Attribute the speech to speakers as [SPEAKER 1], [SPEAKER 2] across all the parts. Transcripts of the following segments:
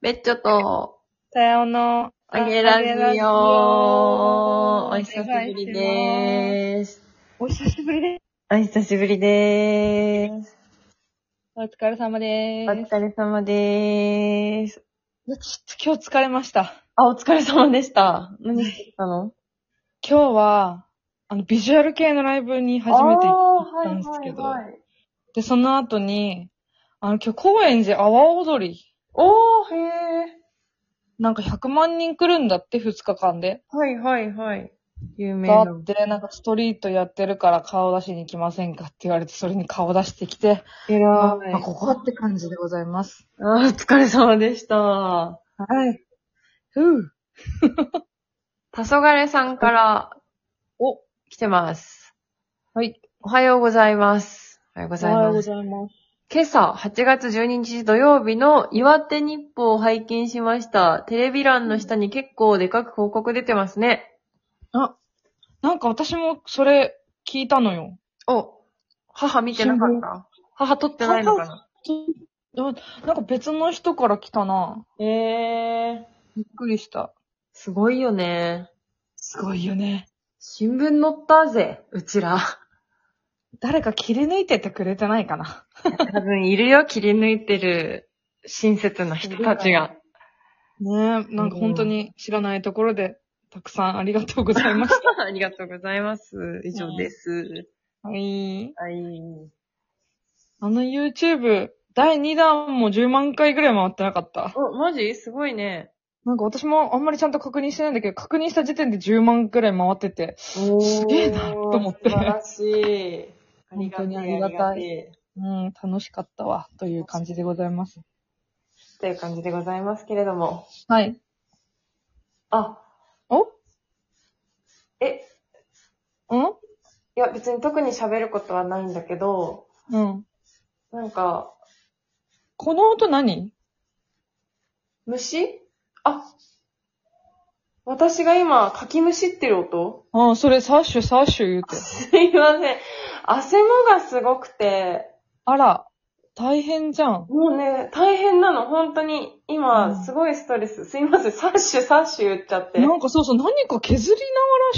[SPEAKER 1] ベッチョと、
[SPEAKER 2] さような
[SPEAKER 1] あげラジオお久しぶりでーす。
[SPEAKER 2] お久しぶりです。
[SPEAKER 1] お久しぶりでーす。
[SPEAKER 2] お疲れ様で
[SPEAKER 1] お
[SPEAKER 2] ーす。
[SPEAKER 1] 疲れ様でーす。
[SPEAKER 2] いやちょっと今日疲れました。
[SPEAKER 1] あ、お疲れ様でした。何してたの
[SPEAKER 2] 今日は、あの、ビジュアル系のライブに初めて行っ
[SPEAKER 1] 行
[SPEAKER 2] たんですけど
[SPEAKER 1] はいはいはい、
[SPEAKER 2] て、その後に、あの、今日高円寺阿波踊り、
[SPEAKER 1] おー、へ
[SPEAKER 2] なんか100万人来るんだって、2日間で。
[SPEAKER 1] ー。はいはいはい。有名
[SPEAKER 2] だ
[SPEAKER 1] な。
[SPEAKER 2] って、なんかストリートやってるから顔出しに行きませんかって言われて、それに顔出してきて、
[SPEAKER 1] え
[SPEAKER 2] あ
[SPEAKER 1] ら
[SPEAKER 2] まあ、ここって感じでございます。
[SPEAKER 1] あー、お疲れ様でした。
[SPEAKER 2] はい。ふう。
[SPEAKER 1] 黄昏さんから
[SPEAKER 2] お、
[SPEAKER 1] 来てます。
[SPEAKER 2] はい。
[SPEAKER 1] おはようございます。おはようございます。
[SPEAKER 2] ざいます。
[SPEAKER 1] 今朝、8月12日土曜日の岩手日報を拝見しました。テレビ欄の下に結構でかく広告出てますね。
[SPEAKER 2] なんか私もそれ聞いたのよ。
[SPEAKER 1] お、母見てなかった母撮ってないのかな
[SPEAKER 2] あなんか別の人から来たな。
[SPEAKER 1] ええー、
[SPEAKER 2] びっくりした。
[SPEAKER 1] すごいよね。
[SPEAKER 2] すごいよね。
[SPEAKER 1] 新聞載ったぜ、うちら。
[SPEAKER 2] 誰か切り抜いててくれてないかな。
[SPEAKER 1] 多分いるよ、切り抜いてる親切な人たちが。
[SPEAKER 2] ねえ、なんか本当に知らないところで、たくさんありがとうございまし
[SPEAKER 1] ありがとうございます。以上です。
[SPEAKER 2] た。はい。
[SPEAKER 1] はい。
[SPEAKER 2] あの YouTube、第2弾も10万回ぐらい回ってなかった。
[SPEAKER 1] お、マジすごいね。
[SPEAKER 2] なんか私もあんまりちゃんと確認してないんだけど、確認した時点で10万ぐらい回ってて、
[SPEAKER 1] す
[SPEAKER 2] すげえなと思って
[SPEAKER 1] 素晴らしい。ありがたい
[SPEAKER 2] 本当にありがたい
[SPEAKER 1] ありが
[SPEAKER 2] うん、楽しかったわ、という感じでございます。
[SPEAKER 1] という感じでございますけれども。
[SPEAKER 2] はい。
[SPEAKER 1] あ、
[SPEAKER 2] お
[SPEAKER 1] え、
[SPEAKER 2] ん
[SPEAKER 1] いや別に特に喋ることはないんだけど、
[SPEAKER 2] うん。
[SPEAKER 1] なんか、
[SPEAKER 2] この音何
[SPEAKER 1] 虫あ、私が今、かきむしってる音
[SPEAKER 2] うん、それ、サッシュ、サッシュ言うて。
[SPEAKER 1] すいません。汗もがすごくて、
[SPEAKER 2] あら、大変じゃん。
[SPEAKER 1] もうね、大変なの、本当に。
[SPEAKER 2] う
[SPEAKER 1] 今、
[SPEAKER 2] ん
[SPEAKER 1] すごいストレス。すいません、サッシュ、サッシュ言っちゃって。
[SPEAKER 2] なんかそうそう、何か削り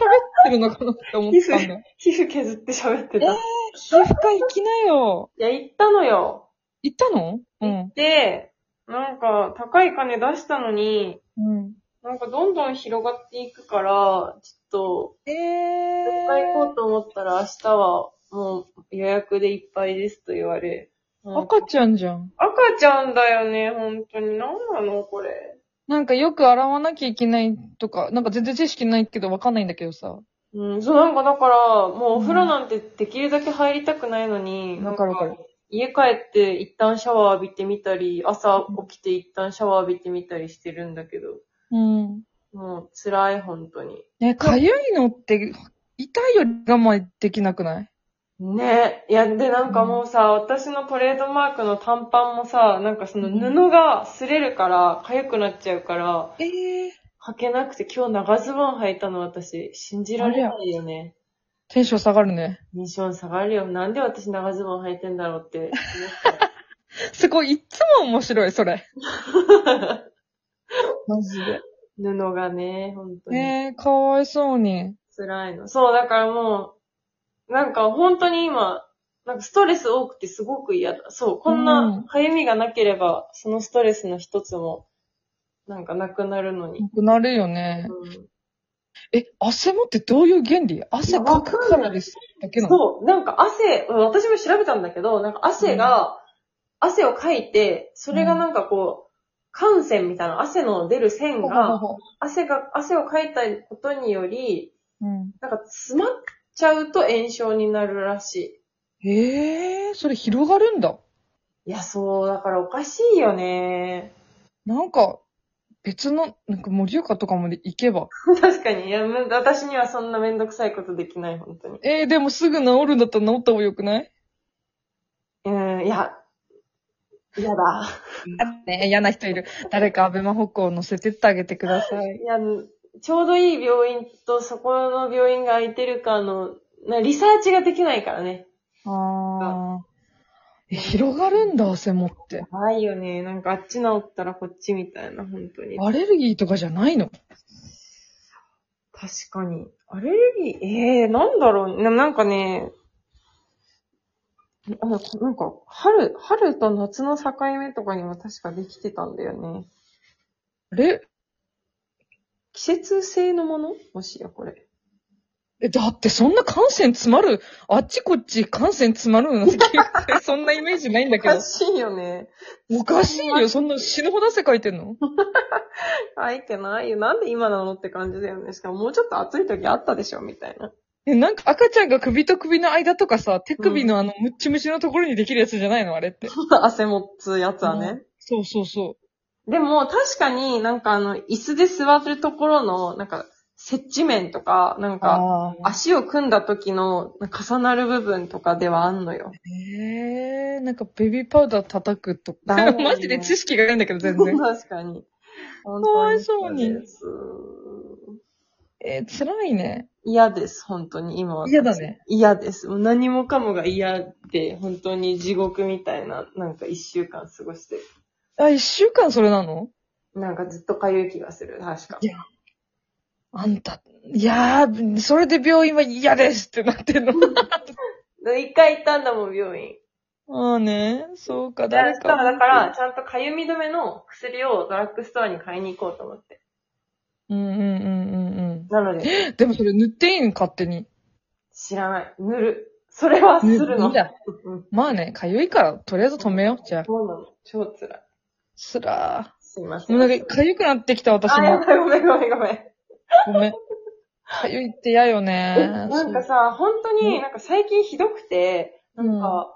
[SPEAKER 2] ながら喋ってるのかなって思ったんだよ。
[SPEAKER 1] 皮膚削って喋ってた。
[SPEAKER 2] えー皮膚科行きなよ。
[SPEAKER 1] いや、行ったのよ。
[SPEAKER 2] 行ったのうん。
[SPEAKER 1] で、なんか、高い金出したのに、
[SPEAKER 2] うん。
[SPEAKER 1] なんかどんどん広がっていくから、ちょっと、
[SPEAKER 2] え
[SPEAKER 1] 絶対行こ
[SPEAKER 2] ー
[SPEAKER 1] う。と思ったら明日は、もう予約でいっぱいですと言われ。なんか
[SPEAKER 2] 赤ちゃんじゃん。
[SPEAKER 1] 赤ちゃんだよね、本当に。なんなのこれ。
[SPEAKER 2] なんかよく洗わなきゃいけないとか、なんか全然知識ないけどわかんないんだけどさ。
[SPEAKER 1] うん、そう、なんかだから、もうお風呂なんてできるだけ入りたくないのに、
[SPEAKER 2] わかるわかる
[SPEAKER 1] なん家帰って一旦シャワー浴びてみたり、朝起きて一旦シャワー浴びてみたりしてるんだけど、
[SPEAKER 2] うん。
[SPEAKER 1] もう辛い、本当に。
[SPEAKER 2] え、かゆいのって、痛いより我慢できなくない
[SPEAKER 1] ねいや、で、なんかもうさ、私のトレードマークの短パンもさ、なんかその布が擦れるから、痒くなっちゃうから、
[SPEAKER 2] えー。
[SPEAKER 1] 履けなくて今日長ズボン履いたの私、信じられないよね。
[SPEAKER 2] テンション下がるね。
[SPEAKER 1] ミッション下がるよ。なんで私長ズボン履いてんだろう って
[SPEAKER 2] すごい、いっつも面白い、それ。
[SPEAKER 1] 思った。
[SPEAKER 2] マジで。
[SPEAKER 1] 布がね、本当に
[SPEAKER 2] ねえ、かわいそうに。
[SPEAKER 1] 辛いの。そう、だからもう、なんか本当に今、なんかストレス多くてすごく嫌だ。そう、こんな痒みがなければ、そのストレスの一つも、なんかなくなるのに。
[SPEAKER 2] なくなるよね。
[SPEAKER 1] う
[SPEAKER 2] え、汗もってどういう原理汗かくからです。だけ
[SPEAKER 1] ん、
[SPEAKER 2] なの
[SPEAKER 1] そう、なんか汗、うん私も調べたんだけど、なんか汗が、汗をかいて、それがなんかこう、汗腺みたいな、汗の出る線
[SPEAKER 2] ほほ
[SPEAKER 1] が、
[SPEAKER 2] ほほ
[SPEAKER 1] 汗が、汗をかいたことにより、
[SPEAKER 2] うん。
[SPEAKER 1] なんか詰まっちゃうと炎症になるらし
[SPEAKER 2] ええー、それ広がるんだ。
[SPEAKER 1] い。いや、そう、だからおかしいよね。
[SPEAKER 2] なんか、別の、なんか盛岡とかまで行けば。
[SPEAKER 1] 確かに、いや、む私にはそんなめんどくさいことできない、本当に。
[SPEAKER 2] えー、でもすぐ治るんだったら治った方がよくない
[SPEAKER 1] うん、いや、嫌だ。
[SPEAKER 2] ね嫌な人いる。誰かアベマ歩行乗せてってあげてください。
[SPEAKER 1] いや、ちょうどいい病院とそこの病院が空いてるかの、なリサーチができないからね。
[SPEAKER 2] あー。え、広がるんだ、汗もって。
[SPEAKER 1] ないよね。なんかあっち治ったらこっちみたいな、本当に。
[SPEAKER 2] アレルギーとかじゃないの
[SPEAKER 1] 確かに。アレルギー、ええなんだろうななんかね、あなんか、春、春と夏の境目とかにも確かできてたんだよね。
[SPEAKER 2] あれ
[SPEAKER 1] 季節性のものもしや、これ。
[SPEAKER 2] え、だってそんな感染詰まる、あっちこっち感染詰まる のなんて聞いてそんなイメージないんだ
[SPEAKER 1] お
[SPEAKER 2] けど
[SPEAKER 1] か。しいよね。
[SPEAKER 2] おかしいよ、そんな死ぬほど汗かいてん の
[SPEAKER 1] 書いてないよ。なんで今なのって感じだよね。しかももうちょっと暑い時あったでしょみたいな。
[SPEAKER 2] え、なんか赤ちゃんが首と首の間とかさ、手首のあの、ムッチムチのところにできるやつじゃないのあれ って。
[SPEAKER 1] 汗もつやつはね。
[SPEAKER 2] そうそうそ
[SPEAKER 1] でも、確かになんかあの、椅子で座ってるところの、なんか、接地面とか、なん
[SPEAKER 2] う。
[SPEAKER 1] か、
[SPEAKER 2] ああ。
[SPEAKER 1] 足を組んだ時の重なる部分とかではあんのよ。
[SPEAKER 2] ええなんかベビーパウダー叩くと
[SPEAKER 1] だよ
[SPEAKER 2] か。
[SPEAKER 1] ね
[SPEAKER 2] マジで知識がないんだけど、 全 然。
[SPEAKER 1] 確かに。本
[SPEAKER 2] か
[SPEAKER 1] 当
[SPEAKER 2] わ
[SPEAKER 1] に
[SPEAKER 2] いそうに
[SPEAKER 1] そうです
[SPEAKER 2] えー、辛いね。
[SPEAKER 1] 嫌です、本当に、今は。
[SPEAKER 2] 嫌だね。
[SPEAKER 1] 嫌です。もう何もかもが嫌で、本当に地獄みたいな、なんか一週間過ごしてる。
[SPEAKER 2] あ、一週間それなの
[SPEAKER 1] なんかずっと痒い気がする、確か。
[SPEAKER 2] いやあんた、いやー、それで病院は嫌ですってなってんの。
[SPEAKER 1] で一回行ったんだもん、病院。
[SPEAKER 2] ああね、そうか、
[SPEAKER 1] だから
[SPEAKER 2] 誰
[SPEAKER 1] し
[SPEAKER 2] か。
[SPEAKER 1] かもだから、ちゃんとかゆみ止めの薬をドラッグストアに買いに行こうと思って。
[SPEAKER 2] うんうんうんうん
[SPEAKER 1] なので、
[SPEAKER 2] うん。でもそれ塗っていいの勝手に。
[SPEAKER 1] 知らない。塗る。それはす
[SPEAKER 2] 塗
[SPEAKER 1] るの。
[SPEAKER 2] いや
[SPEAKER 1] うん
[SPEAKER 2] まあね、かゆいから、とりあえず止めよう。じゃあ。
[SPEAKER 1] そうなの。超辛い。
[SPEAKER 2] すら
[SPEAKER 1] すいま
[SPEAKER 2] ー。
[SPEAKER 1] せん。
[SPEAKER 2] もうなんか、かゆくなってきた私
[SPEAKER 1] あ、や
[SPEAKER 2] も。
[SPEAKER 1] ばい、ごめんごめんごめん。
[SPEAKER 2] ごめん。かゆいって嫌よ
[SPEAKER 1] え
[SPEAKER 2] ね。
[SPEAKER 1] なんかさ、本当
[SPEAKER 2] う
[SPEAKER 1] に
[SPEAKER 2] ん
[SPEAKER 1] なんか最近ひどくて、
[SPEAKER 2] うん
[SPEAKER 1] なんか、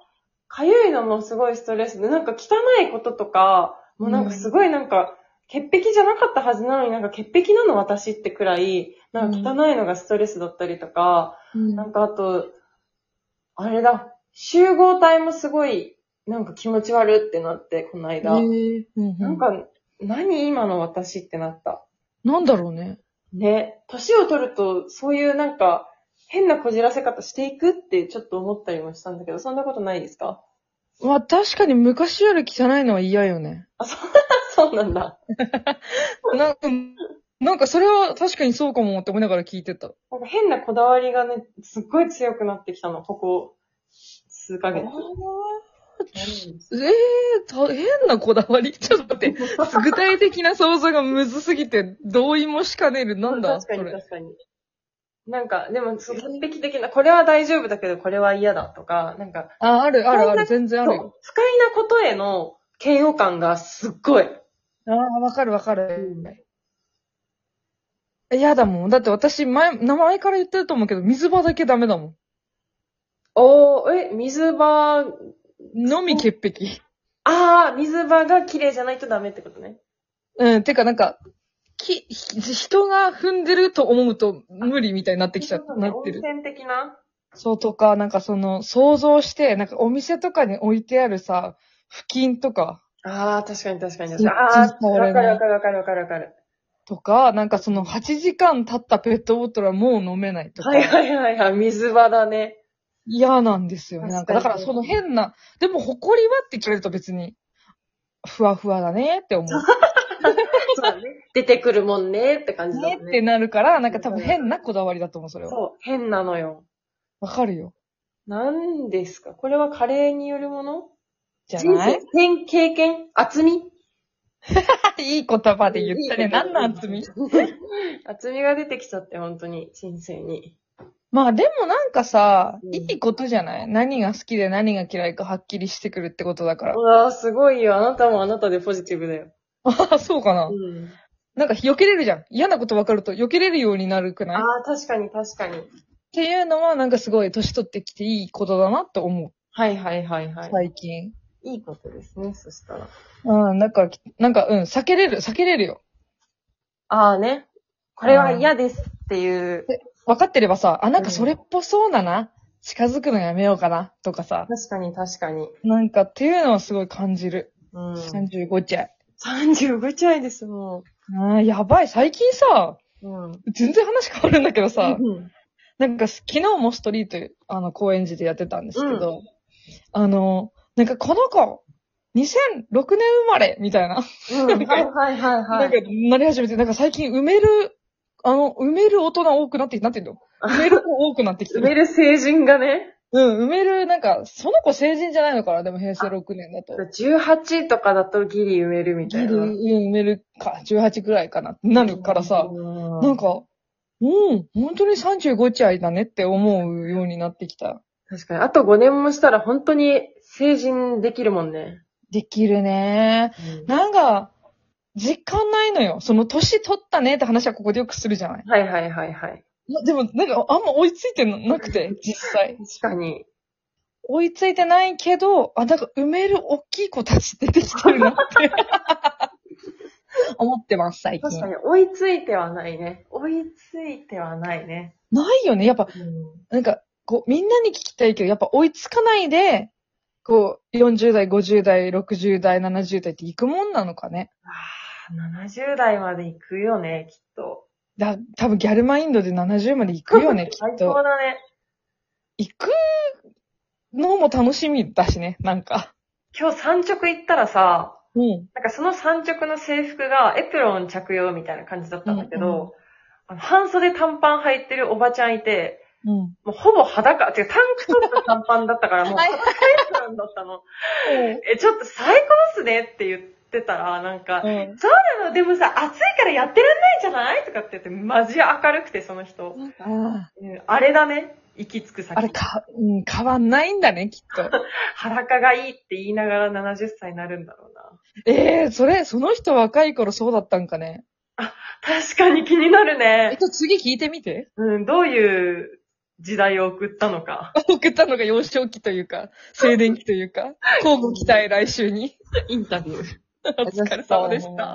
[SPEAKER 1] かゆいのもすごいストレスで、なんか汚いこととか、もうなんかすごいなんか、潔癖じゃなかったはずなのになんか潔癖なの私ってくらい、なんか汚いのがストレスだったりとか、
[SPEAKER 2] うん
[SPEAKER 1] なんかあと、あれだ、集合体もすごい、なんか気持ち悪ってなって、この間。
[SPEAKER 2] ええうんうん
[SPEAKER 1] なんか、何今の私ってなった。
[SPEAKER 2] なんだろうね。
[SPEAKER 1] ね、年を取ると、そういうなんか、変なこじらせ方していくってちょっと思ったりもしたんだけど、そんなことないですか
[SPEAKER 2] まあ確かに昔より汚いのは嫌よね。
[SPEAKER 1] あ、そ、 そうなんだ。
[SPEAKER 2] なんか、なんかそれは確かにそうかもって思いながら聞いてた。
[SPEAKER 1] なんか変なこだわりがね、すっごい強くなってきたの、ここ、数ヶ
[SPEAKER 2] あ
[SPEAKER 1] 月。
[SPEAKER 2] ーええた変なこだわり。ちょっと待って。具体的な想像がむずすぎて、同意もしかねる。なんだ
[SPEAKER 1] 確か
[SPEAKER 2] そ
[SPEAKER 1] に
[SPEAKER 2] れ。
[SPEAKER 1] 確かに。なんか、でも、そう完璧的な、これは大丈夫だけど、これは嫌だとか、なんか、
[SPEAKER 2] あ、あるあるある。全然あ
[SPEAKER 1] そう
[SPEAKER 2] る
[SPEAKER 1] 不
[SPEAKER 2] よ。
[SPEAKER 1] 快なことへの嫌悪感がすっごい。
[SPEAKER 2] ああ、わかるわかる
[SPEAKER 1] う。
[SPEAKER 2] 嫌、だもん。だって私、前、名前から言ってると思うけど、水場だけダメだも
[SPEAKER 1] おー、え、水場、あ
[SPEAKER 2] ん。のみ潔癖。
[SPEAKER 1] ー、水場が綺麗じゃないとダメってことね。
[SPEAKER 2] うん、てかなんか、き、ひ人が踏んでると思うと無理みたいになってきちゃ
[SPEAKER 1] そう
[SPEAKER 2] な
[SPEAKER 1] ね
[SPEAKER 2] ってる。
[SPEAKER 1] 温泉的な
[SPEAKER 2] そうとか、なんかその、想像して、なんかお店とかに置いてあるさ、布巾とか、
[SPEAKER 1] あー、確かに確かに
[SPEAKER 2] 全
[SPEAKER 1] 確か
[SPEAKER 2] 然
[SPEAKER 1] に。あー、
[SPEAKER 2] 触れ
[SPEAKER 1] わかる
[SPEAKER 2] ない
[SPEAKER 1] わかるわかるわかるわかる。
[SPEAKER 2] とか、なんかその8時間経ったペットボトルはもう飲めないとか。
[SPEAKER 1] はいはいはいはい、水場だね。
[SPEAKER 2] 嫌なんですよね。なんか、だ
[SPEAKER 1] 確
[SPEAKER 2] か
[SPEAKER 1] からに
[SPEAKER 2] その変な、でも埃はって聞かれると別に、ふわふわだねって思う。
[SPEAKER 1] そうだね。出てくるもんねって感じだ
[SPEAKER 2] ね
[SPEAKER 1] もん
[SPEAKER 2] っ
[SPEAKER 1] ね。
[SPEAKER 2] てなるから、なんか多分変なこだわりだと思う、それは。
[SPEAKER 1] そう、変なのよ。
[SPEAKER 2] わかるよ。
[SPEAKER 1] 何ですかこれは加齢によるもの
[SPEAKER 2] じゃない
[SPEAKER 1] 人生変経験厚み
[SPEAKER 2] い い言葉で言ったね。何の厚み
[SPEAKER 1] 厚みが出てきちゃって、本当に、人生に。
[SPEAKER 2] まあでもなんかさ
[SPEAKER 1] う、ん
[SPEAKER 2] いいことじゃない何が好きで何が嫌いかはっきりしてくるってことだから
[SPEAKER 1] う。わぁ、すごいよ。あなたもあなたでポジティブだよ。
[SPEAKER 2] ああ、そうかな。
[SPEAKER 1] うん。
[SPEAKER 2] なんか避けれるじゃん。嫌なこと分かると避けれるようになるくない
[SPEAKER 1] あ
[SPEAKER 2] っ
[SPEAKER 1] あ、確かに確かに。
[SPEAKER 2] ていうのはなんかすごい年取ってきていいことだなって思う。
[SPEAKER 1] はいはいはいは
[SPEAKER 2] 最近。
[SPEAKER 1] い。いいことですね、そしたら。
[SPEAKER 2] うん、なんか、なんか、うん、避けれる、避けれるよ。
[SPEAKER 1] ああね。これは嫌ですっていう。
[SPEAKER 2] 分かってればさ、あ、なんかそれっぽそうだな。近づくのやめようかな。とかさ。
[SPEAKER 1] 確かに確かに。
[SPEAKER 2] なんかっていうのはすごい感じる。
[SPEAKER 1] うん。
[SPEAKER 2] 35歳。
[SPEAKER 1] 35歳です、も
[SPEAKER 2] あーやばい。最近さ、
[SPEAKER 1] う。うん。
[SPEAKER 2] 全然話変わるんだけどさ
[SPEAKER 1] う、ん
[SPEAKER 2] なんか昨日もストリート、あの、高円寺でやってたんですけど、あの、なんかこの子、2006年生まれみたいな。
[SPEAKER 1] うん、はいはいはいは
[SPEAKER 2] なんか
[SPEAKER 1] い。
[SPEAKER 2] なり始めて、なんか最近埋める、あの、埋める大人多くなってきて、なんていうの 埋める子多くなってきて
[SPEAKER 1] 埋
[SPEAKER 2] る。
[SPEAKER 1] める成人がね、
[SPEAKER 2] うん、埋める、なんか、その子成人じゃないのかなでも平成6年だと。
[SPEAKER 1] 18とかだとギリ埋めるみた
[SPEAKER 2] ギ
[SPEAKER 1] い
[SPEAKER 2] リ、
[SPEAKER 1] な。
[SPEAKER 2] うん埋めるか、18くらいかな、なるからさ、
[SPEAKER 1] うん
[SPEAKER 2] なんか、うん、本当に35歳だねって思うようになってきた。
[SPEAKER 1] 確かに。あと5年もしたら本当に成人できるもんね。
[SPEAKER 2] できるね。なんか、実感ないのよ。その、年取ったねって話はここでよくするじゃない
[SPEAKER 1] はいはいはいはい。
[SPEAKER 2] までも、なんか、あんま追いついてんのなくて、実際。
[SPEAKER 1] 確かに。
[SPEAKER 2] 追いついてないけど、あ、なんか埋める大きい子たち出てきてるなって。 思ってます、最
[SPEAKER 1] 確か
[SPEAKER 2] 近。
[SPEAKER 1] に、追いついてはないね。追いついてはないね。
[SPEAKER 2] ないよね。やっぱ、なんか、こう、みんなに聞きたいけど、やっぱ追いつかないで、こう、40代、50代、60代、70代って行くもんなのかね。
[SPEAKER 1] あー70代まで行くよね、きっと。
[SPEAKER 2] だ、多分ギャルマインドで70まで行く よ ね、き
[SPEAKER 1] 最
[SPEAKER 2] っと
[SPEAKER 1] 高。だね。
[SPEAKER 2] 行くのも楽しみだしね、なんか。
[SPEAKER 1] 今日産直行ったらさ、
[SPEAKER 2] うん。
[SPEAKER 1] なんかその産直の制服がエプロン着用みたいな感じだったんだけど、
[SPEAKER 2] うんうん
[SPEAKER 1] あの半袖短パン履いてるおばちゃんいて、
[SPEAKER 2] うん。
[SPEAKER 1] もうほぼ裸、違う、タンクトップ短パンだったから、もう、
[SPEAKER 2] はい
[SPEAKER 1] エプロンだったの。え、ちょっと最高っすねって言ってたら、なんか、
[SPEAKER 2] うん。
[SPEAKER 1] あのでもさ、暑いからやってらんないんじゃないとかって言って、マジ明るくて、その人。
[SPEAKER 2] あ
[SPEAKER 1] うんあれだね。行き着く
[SPEAKER 2] あれ
[SPEAKER 1] 先。
[SPEAKER 2] か、うん、変わんないんだね、きっと。
[SPEAKER 1] 裸がいいって言いながら70歳になるんだろうな。
[SPEAKER 2] ええー、それ、その人若い頃そうだったんかね。
[SPEAKER 1] 確かに気になる
[SPEAKER 2] えっ
[SPEAKER 1] ね。
[SPEAKER 2] と、次聞いてみて。
[SPEAKER 1] うん、どういう時代を送ったのか。
[SPEAKER 2] 送ったのが幼少期というか、 静電期というか、交互期待来週に。
[SPEAKER 1] インタビュー。
[SPEAKER 2] お疲れ様でした。